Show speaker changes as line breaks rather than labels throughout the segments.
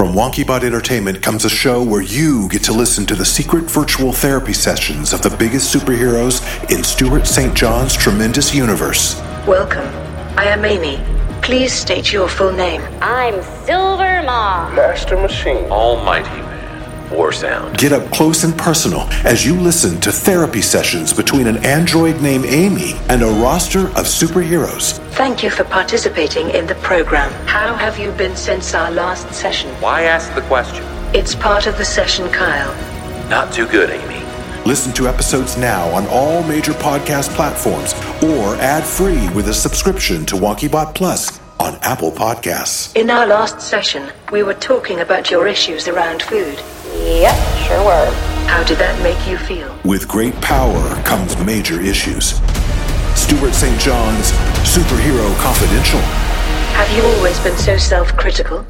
Wonky Bot Entertainment comes a show where you get to listen to the secret virtual therapy sessions of the biggest superheroes in Stuart St. John's tremendous universe.
Welcome. I am Amy. Please state your full name.
I'm Silver Ma.
Master Machine.
Almighty Man. War Sound.
Get up close and personal as you listen to therapy sessions between an android named Amy and a roster of superheroes.
Thank you for participating in the program. How have you been since our last session?
Why ask the question?
It's part of the session, Kyle.
Not too good, Amy.
Listen to episodes now on all major podcast platforms or ad free with a subscription to WonkyBot Plus on Apple Podcasts.
In our last session, we were talking about your issues around food.
Yep, sure were.
How did that make you feel?
With great power comes major issues. Stuart St. John's Superhero Confidential.
Have you always been so self critical?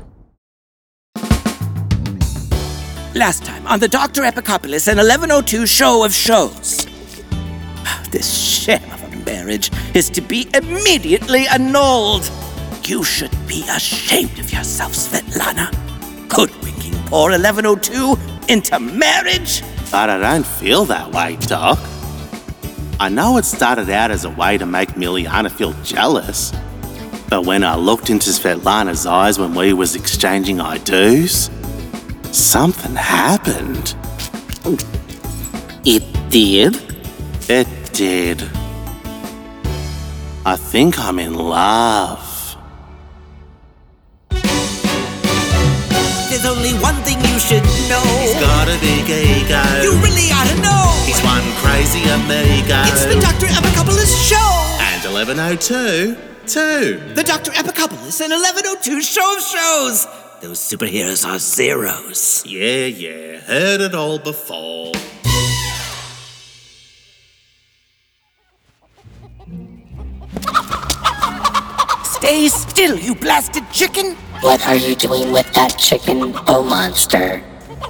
Last time on the Dr. Epicopolis and 1102 show of shows. This sham of a marriage is to be immediately annulled. You should be ashamed of yourself, Svetlana. Hoodwinking poor 1102 into marriage?
But I don't feel that way, Doc. I know it started out as a way to make Miliana feel jealous, but when I looked into Svetlana's eyes when we was exchanging I do's, something happened. It did? It did. I think I'm in love.
There's only one thing you should know.
Got a big ego.
You really ought to know.
He's one crazy amigo.
It's the Dr. Epicopolis show.
and 1102, too.
The Dr. Epicopolis and 1102 show of shows. Those superheroes are zeros.
Yeah, yeah, heard it all before.
Stay still, you blasted chicken.
What are you doing with that chicken, oh monster?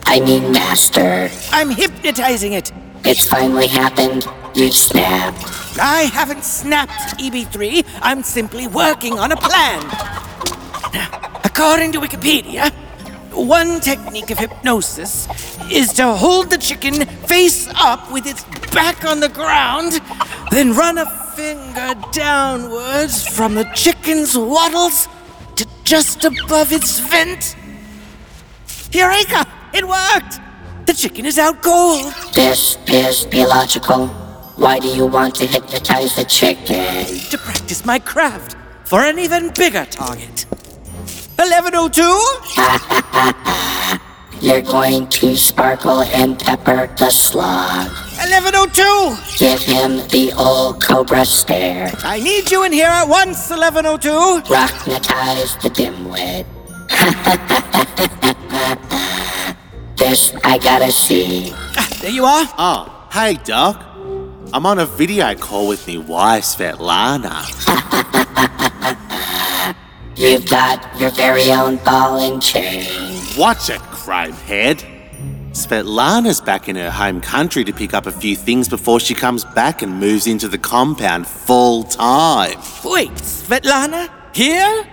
I mean, master.
I'm hypnotizing it.
It's finally happened. You've snapped.
I haven't snapped EB3. I'm simply working on a plan. According to Wikipedia, one technique of hypnosis is to hold the chicken face up with its back on the ground, then run a finger downwards from the chicken's wattles to just above its vent. Eureka! It worked! The chicken is out cold.
This is illogical. Why do you want to hypnotize the chicken?
to practice my craft for an even bigger target. 1102?
You're going to sparkle and pepper the slug.
1102!
Give him the old cobra stare.
I need you in here at once, 1102!
Rocknetize the dimwit. this I gotta see.
Ah, there you are.
Oh, hey, Doc. I'm on a video call with me wife, Svetlana.
You've got your very own ball and chain.
Watch it, Cramehead. Svetlana's back in her home country to pick up a few things before she comes back and moves into the compound full time.
Wait, Svetlana? Here?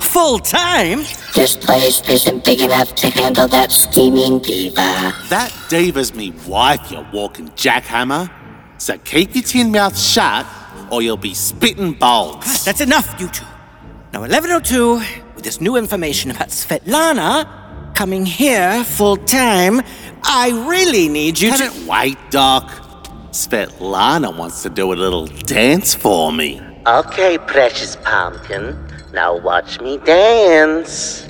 Full time?
This place isn't big enough to handle that scheming diva.
That diva's me wife, you walking jackhammer. So keep your tin mouth shut, or you'll be spitting bolts.
That's enough, you two. Now, 1102, with this new information about Svetlana coming here full time, I really need you
Can
to.
it wait, Doc? Svetlana wants to do a little dance for me.
Okay, precious pumpkin. Now watch me dance.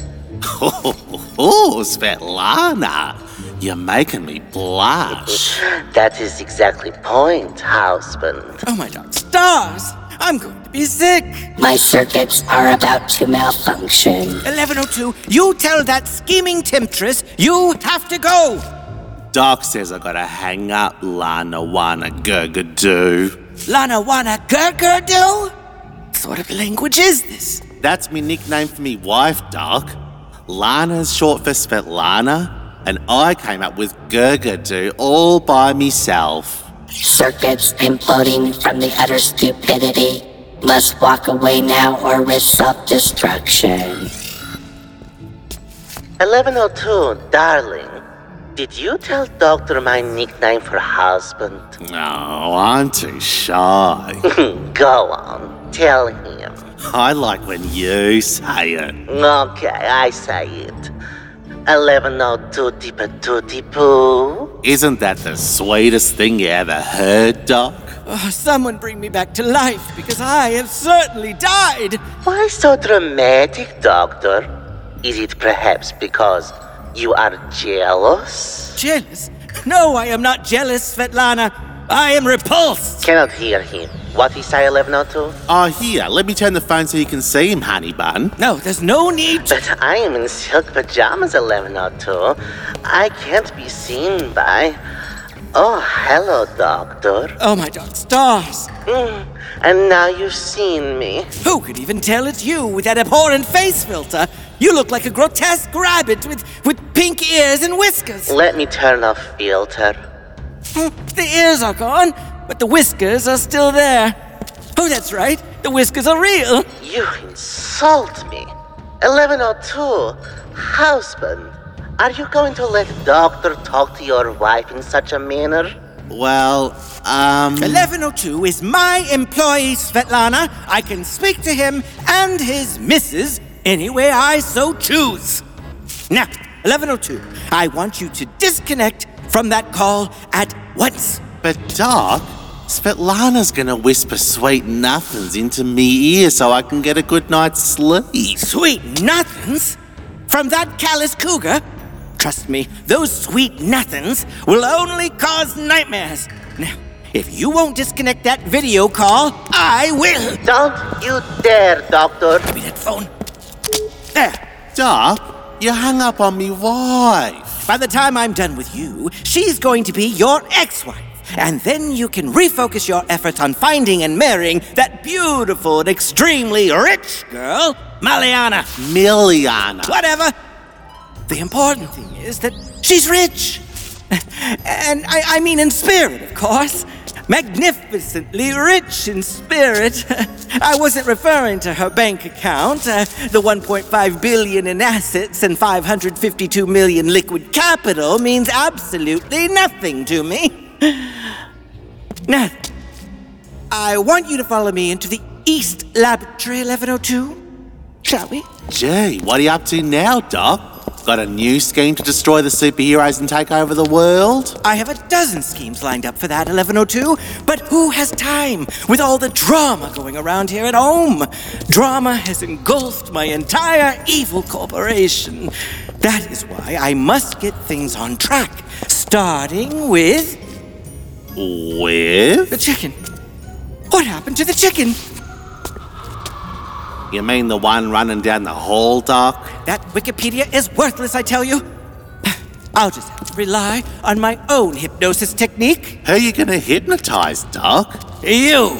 Oh, Svetlana, you're making me blush.
That is exactly point, husband.
Oh my god, stars! I'm going to be sick!
My circuits are about to malfunction.
1102, you tell that scheming temptress you have to go.
Doc says I gotta hang up, Lana Wana Gurgadoo.
Lana Wana Gurgurdo? What sort of language is this?
That's me nickname for me wife, Doc. Lana's short for Svetlana, and I came up with Gurgadoo all by myself.
Circuits imploding from the utter stupidity. Must walk away now or risk self destruction.
1102, darling. Did you tell Doctor my nickname for husband?
No, Oh, I'm too shy.
Go on, tell him.
I like when you say it.
Okay, I say it. 1102 Deepa Tootie Poo.
Isn't that the sweetest thing you ever heard, Doc?
Oh, someone bring me back to life because I have certainly died.
Why so dramatic, Doctor? Is it perhaps because you are jealous?
Jealous? No, I am not jealous, Svetlana. I am repulsed.
Cannot hear him. What he say, 1102?
Oh, here, let me turn the phone so you can see him, honey bun.
No, there's no need to.
But I am in silk pajamas, 1102. I can't be seen by. Oh, hello, Doctor.
Oh, my dark stars.
Mm, And now you've seen me.
Who could even tell it's you with that abhorrent face filter? You look like a grotesque rabbit with, with pink ears and whiskers.
Let me turn off filter.
Mm, The ears are gone, but the whiskers are still there. Oh, that's right. The whiskers are real.
You insult me. 1102, husband. Are you going to let doctor talk to your wife in such a manner?
Well, um.
1102 is my employee, Svetlana. I can speak to him and his missus any way I so choose. Now, 1102, I want you to disconnect from that call at once.
But, Doc, Svetlana's gonna whisper sweet nothings into me ear so I can get a good night's sleep.
Sweet nothings from that callous cougar? Trust me, those sweet nothings will only cause nightmares. Now, if you won't disconnect that video call, I will.
Don't you dare, doctor.
Give me that phone. There.
Doc, you hung up on me wife.
By the time I'm done with you, she's going to be your ex wife. And then you can refocus your efforts on finding and marrying that beautiful and extremely rich girl, Maliana.
Miliana.
Whatever. The important thing is that she's rich. And I, I mean in spirit, of course. Magnificently rich in spirit. I wasn't referring to her bank account, uh, the 1.5 billion in assets and 552 million liquid capital means absolutely nothing to me. Now, I want you to follow me into the East Laboratory 1102, shall we?
Gee, what are you up to now, Doc? Got a new scheme to destroy the superheroes and take over the world?
I have a dozen schemes lined up for that 1102, but who has time with all the drama going around here at home? Drama has engulfed my entire evil corporation. That is why I must get things on track, starting with
With?
the chicken. What happened to the chicken?
You mean the one running down the hall, Doc?
That Wikipedia is worthless, I tell you. I'll just have to rely on my own hypnosis technique.
Who you gonna hypnotize, Doc?
You!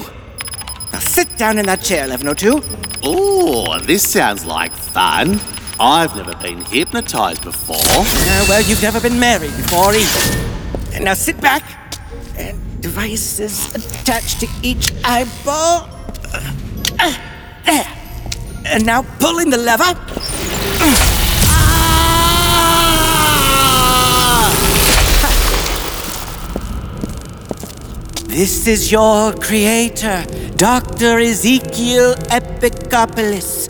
Now sit down in that chair, 1102.
Ooh, this sounds like fun. I've never been hypnotized before.
Uh, well, you've never been married before either. And Now sit back. And devices attached to each eyeball. Uh, There. And now pull in the lever. Ah! This is your creator, Dr. Ezekiel Epicopoulos.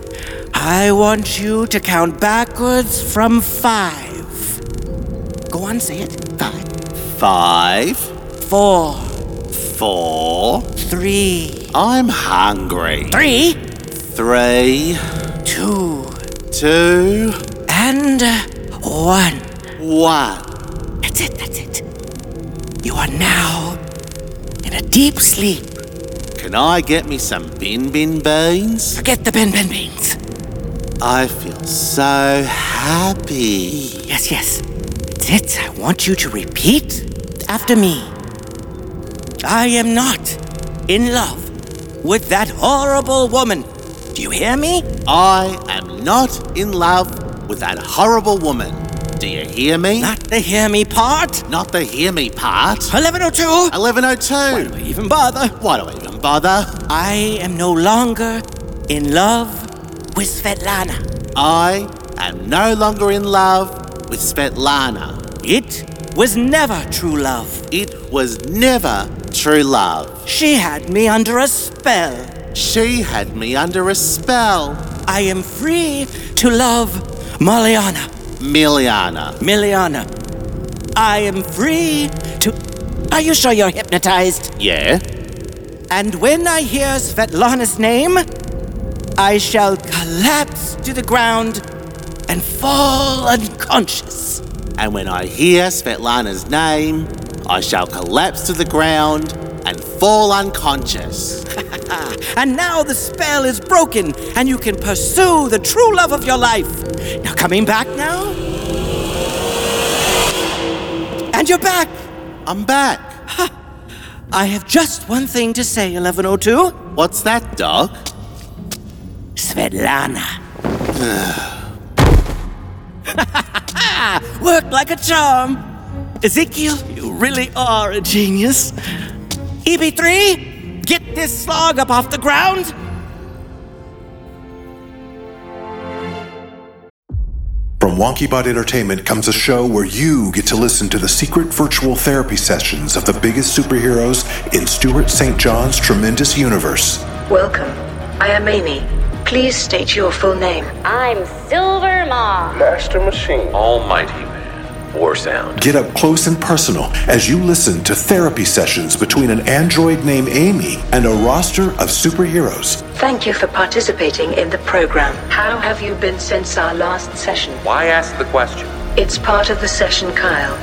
I want you to count backwards from five. Go on, say it. Five,
Five,
four,
four.
three,
I'm hungry.
three,
Three,
two,
two,
and uh, one.
one.
That's it, that's it. You are now in a deep sleep.
Can I get me some bin bin beans?
Forget the Ben Ben Beans.
I feel so happy.
Yes, yes. That's it. I want you to repeat after me. I am not in love with that horrible woman. Do you hear me?
I am not in love with that horrible woman. Do you hear me?
Not the hear me part.
Not the hear me part.
1102.
1102.
Even bother.
Why do I even bother?
I am no longer in love with Svetlana.
I am no longer in love with Svetlana.
It was never true love.
It was never true love.
She had me under a spell.
She had me under a spell.
I am free to love Maliana.
Miliana.
Miliana. I am free to. Are you sure you're hypnotized?
Yeah?
And when I hear Svetlana's name, I shall collapse to the ground and fall unconscious.
And when I hear Svetlana's name, I shall collapse to the ground and fall unconscious.
And now the spell is broken, and you can pursue the true love of your life. Now, coming back now? And you're back!
I'm back.
I have just one thing to say, 1102.
What's that, Doc?
Svetlana. Worked like a charm. Ezekiel, you really are a genius. EB3, get this slog up off the ground.
From WonkyBot Entertainment comes a show where you get to listen to the secret virtual therapy sessions of the biggest superheroes in Stuart St. John's tremendous universe.
Welcome. I am Amy. Please state your full name.
I'm Silver Maw.
Master Machine.
Almighty Man. War Sound.
Get up close and personal as you listen to therapy sessions between an android named Amy and a roster of superheroes.
Thank you for participating in the program. How have you been since our last session?
Why ask the question?
It's part of the session, Kyle.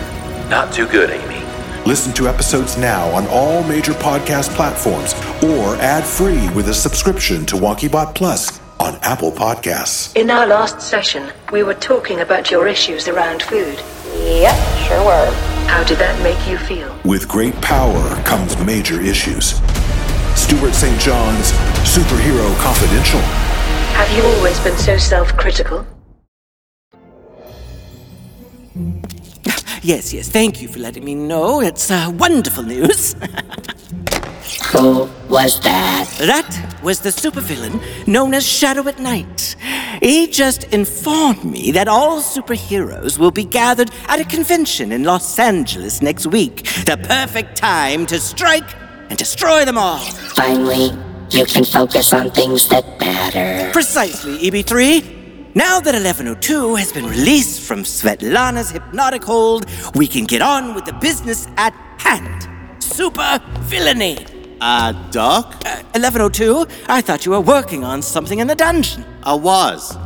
Not too good, Amy.
Listen to episodes now on all major podcast platforms or ad free with a subscription to WonkyBot Plus on Apple Podcasts.
In our last session, we were talking about your issues around food.
Yep, sure were.
How did that make you feel?
With great power comes major issues. Stuart St. John's Superhero Confidential.
Have you always been so self critical?
Yes, yes, thank you for letting me know. It's uh, wonderful news.
Who was that?
That was the supervillain known as Shadow at Night. He just informed me that all superheroes will be gathered at a convention in Los Angeles next week. The perfect time to strike and destroy them all.
Finally, you can focus on things that matter.
Precisely, EB3. Now that 1102 has been released from Svetlana's hypnotic hold, we can get on with the business at hand. Super villainy.
Uh, Doc?
1102, I thought you were working on something in the dungeon.
I was.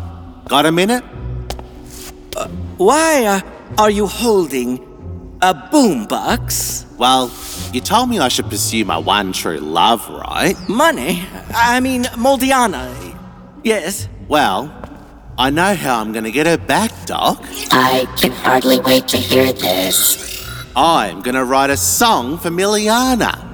Got a minute?
Why uh, are you holding a boombox?
Well, you told me I should pursue my one true love, right?
Money? I mean, Moldiana. Yes.
Well, I know how I'm gonna get her back, Doc.
I can hardly wait to hear this.
I'm gonna write a song for Miliana.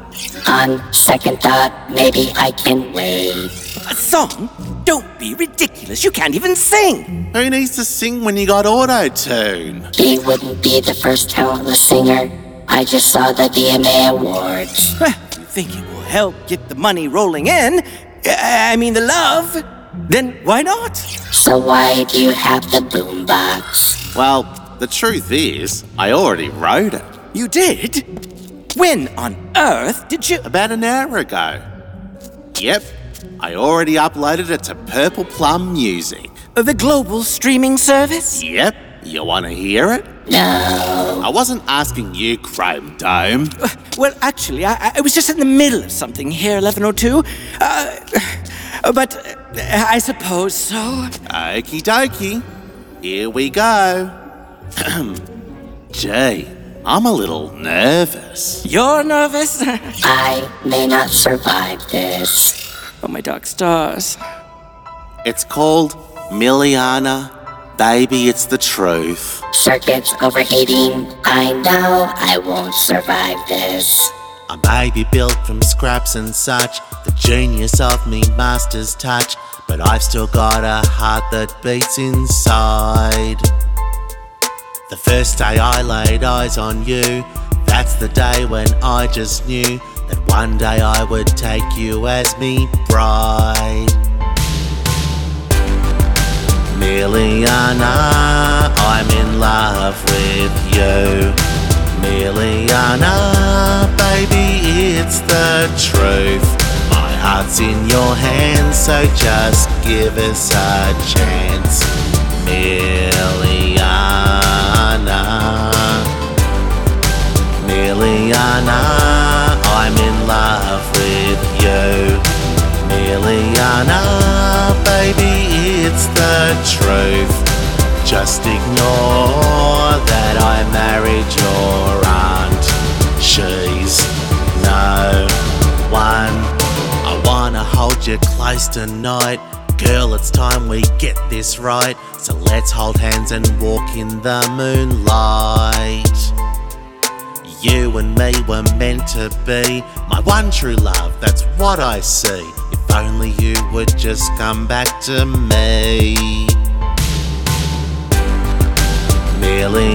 On second thought, maybe I can wait.
A song? Don't be ridiculous. You can't even sing.
Who needs to sing when you got auto tune?
He wouldn't be the first talentless singer. I just saw the DMA Awards.
Well, you think it will help get the money rolling in? I I mean, the love? Then why not?
So why do you have the boombox?
Well, the truth is, I already wrote it
You did? When on earth did you.
about an hour ago. Yep, I already uploaded it to Purple Plum Music.
The global streaming service?
Yep, you wanna hear it?
No.
I wasn't asking you, Chrome Dome.
Well, actually, I- I, I was just in the middle of something here, 1102. Uh, but uh, I suppose so.
Okie dokie. Here we go. Gee, I'm a little nervous.
You're nervous? oh,
I may not survive this.
Oh, my dark stars.
It's called Miliana. Baby, it's the truth.
Circuits overheating. I know I won't survive this.
A baby built from scraps and such. The genius of me master's touch. But I've still got a heart that beats inside. The first day I laid eyes on you, that's the day when I just knew that one day I would take you as me bride. Miliana, I'm in love with you. Miliana, baby, it's the truth. My heart's in your hands, so just give us a chance. Miliana. Miliana, I'm in love with you. Miliana, baby, it's the truth. Just ignore that I married your aunt. She's no one. I wanna hold you close tonight. Girl, it's time we get this right. So let's hold hands and walk in the moonlight. You and me were meant to be my one true love, that's what I see. If only you would just come back to me.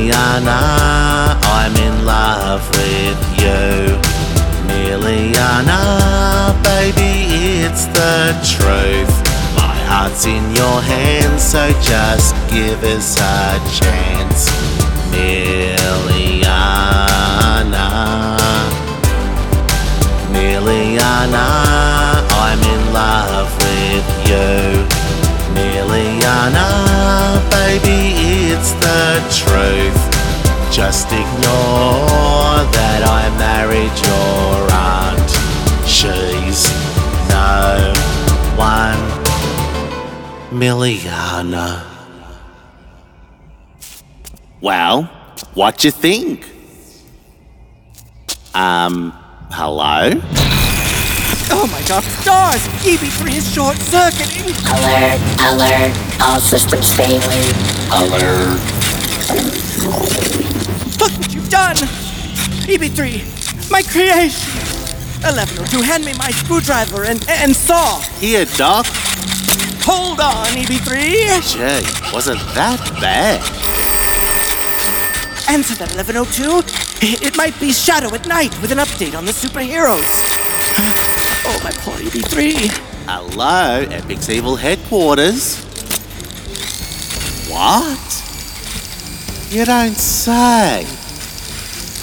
Miliana, I'm in love with you. Miliana, baby, it's the truth. My heart's in your hands, so just give us a chance. Miliana. Miliana, I'm in love with you. Miliana, baby, it's the truth. Just ignore that I married your aunt. She's no one. Miliana. Well, what you think? Um, hello?
Oh my god, stars! Evie Tree is short circuiting!
Alert, alert, all systems failing. Alert.
Look what you've done! EB3, my creation! 1102, hand me my screwdriver and, and saw!
Here, Doc.
Hold on, E EB3!
Gee, wasn't that bad?
Answer that 1102. It might be Shadow at Night with an update on the superheroes. Oh, my poor EB3.
Hello, Epic's Evil Headquarters. What? You don't say.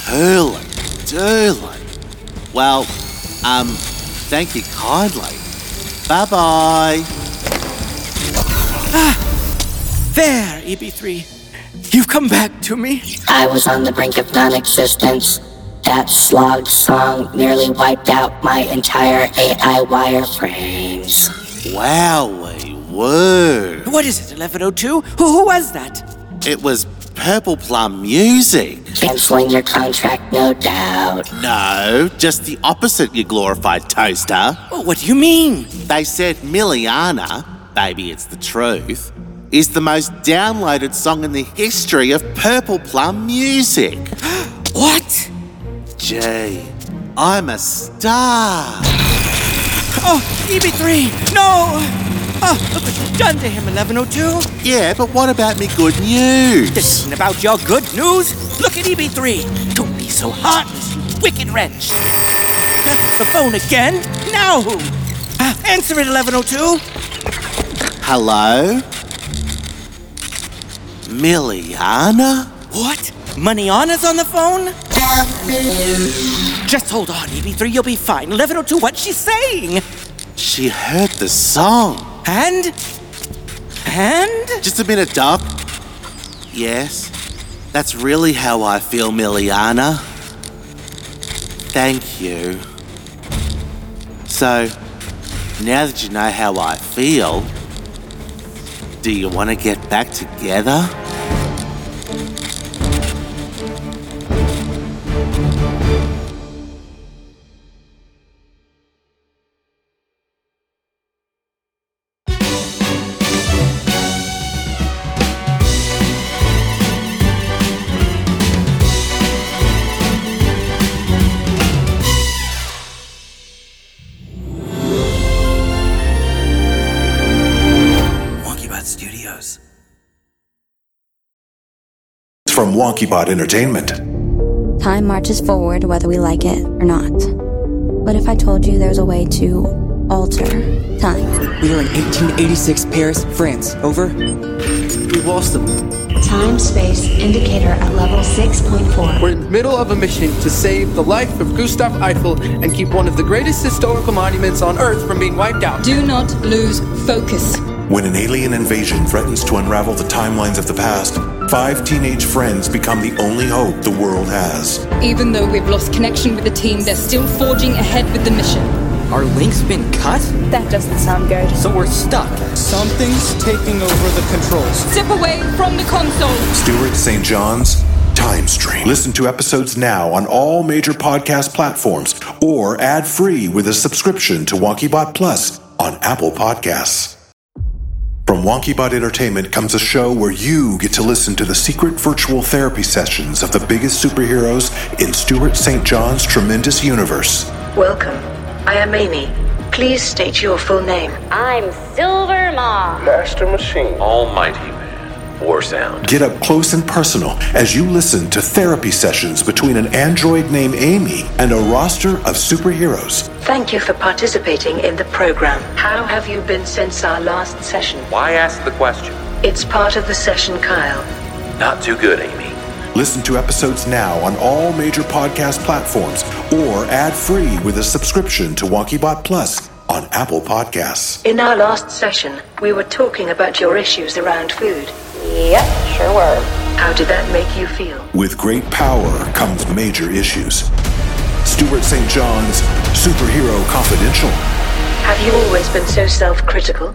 Hurling, doodling. Well, um, thank you kindly. Bye bye.
There, EB3. You've come back to me.
I was on the brink of non existence. That slog song nearly wiped out my entire AI wireframes.
Wowie, woo.
What is it, 1102? Who, who was that?
It was Purple Plum music.
Canceling your contract, no doubt.
No, just the opposite, you glorified toaster.
Oh, what do you mean?
They said Miliana, baby, it's the truth, is the most downloaded song in the history of Purple Plum music.
What?
Gee, I'm a star.
Oh, EB3, no! Oh, look what you've done to him, 1102.
Yeah, but what about me good news?
This isn't about your good news. Look at EB3. Don't be so heartless, you wicked wretch. Uh, The phone again? Now who? Uh, Answer it, 1102.
Hello? Miliana?
What? Maniana's on the phone? Just hold on, EB3. You'll be fine. 1102, what's she saying?
She heard the song.
And? And?
Just a minute, Doc. Yes, that's really how I feel, Miliana. Thank you. So, now that you know how I feel, do you want to get back together?
WonkyBot Studios.
It's from WonkyBot Entertainment.
Time marches forward whether we like it or not. But if I told you there's a way to alter time.
We are in 1886 Paris, France. Over. We lost them.
Time space indicator at level 6.4.
We're in the middle of a mission to save the life of Gustav Eiffel and keep one of the greatest historical monuments on Earth from being wiped out.
Do not lose focus.
When an alien invasion threatens to unravel the timelines of the past, five teenage friends become the only hope the world has.
Even though we've lost connection with the team, they're still forging ahead with the mission.
Our link's been cut?
That doesn't sound good.
So we're stuck.
Something's taking over the controls.
Step away from the console.
Stuart St. John's Time Stream. Listen to episodes now on all major podcast platforms or ad free with a subscription to WonkyBot Plus on Apple Podcasts. From WonkyBot Entertainment comes a show where you get to listen to the secret virtual therapy sessions of the biggest superheroes in Stuart St. John's tremendous universe.
Welcome. I am Amy. Please state your full name.
I'm Silver Maw.
Master Machine.
Almighty Man. War Sound.
Get up close and personal as you listen to therapy sessions between an android named Amy and a roster of superheroes.
Thank you for participating in the program. How have you been since our last session?
Why ask the question?
It's part of the session, Kyle.
Not too good, Amy.
Listen to episodes now on all major podcast platforms or ad free with a subscription to WonkyBot Plus on Apple Podcasts.
In our last session, we were talking about your issues around food.
Yep, sure were.
How did that make you feel?
With great power comes major issues. Stuart St. John's Superhero Confidential.
Have you always been so self critical?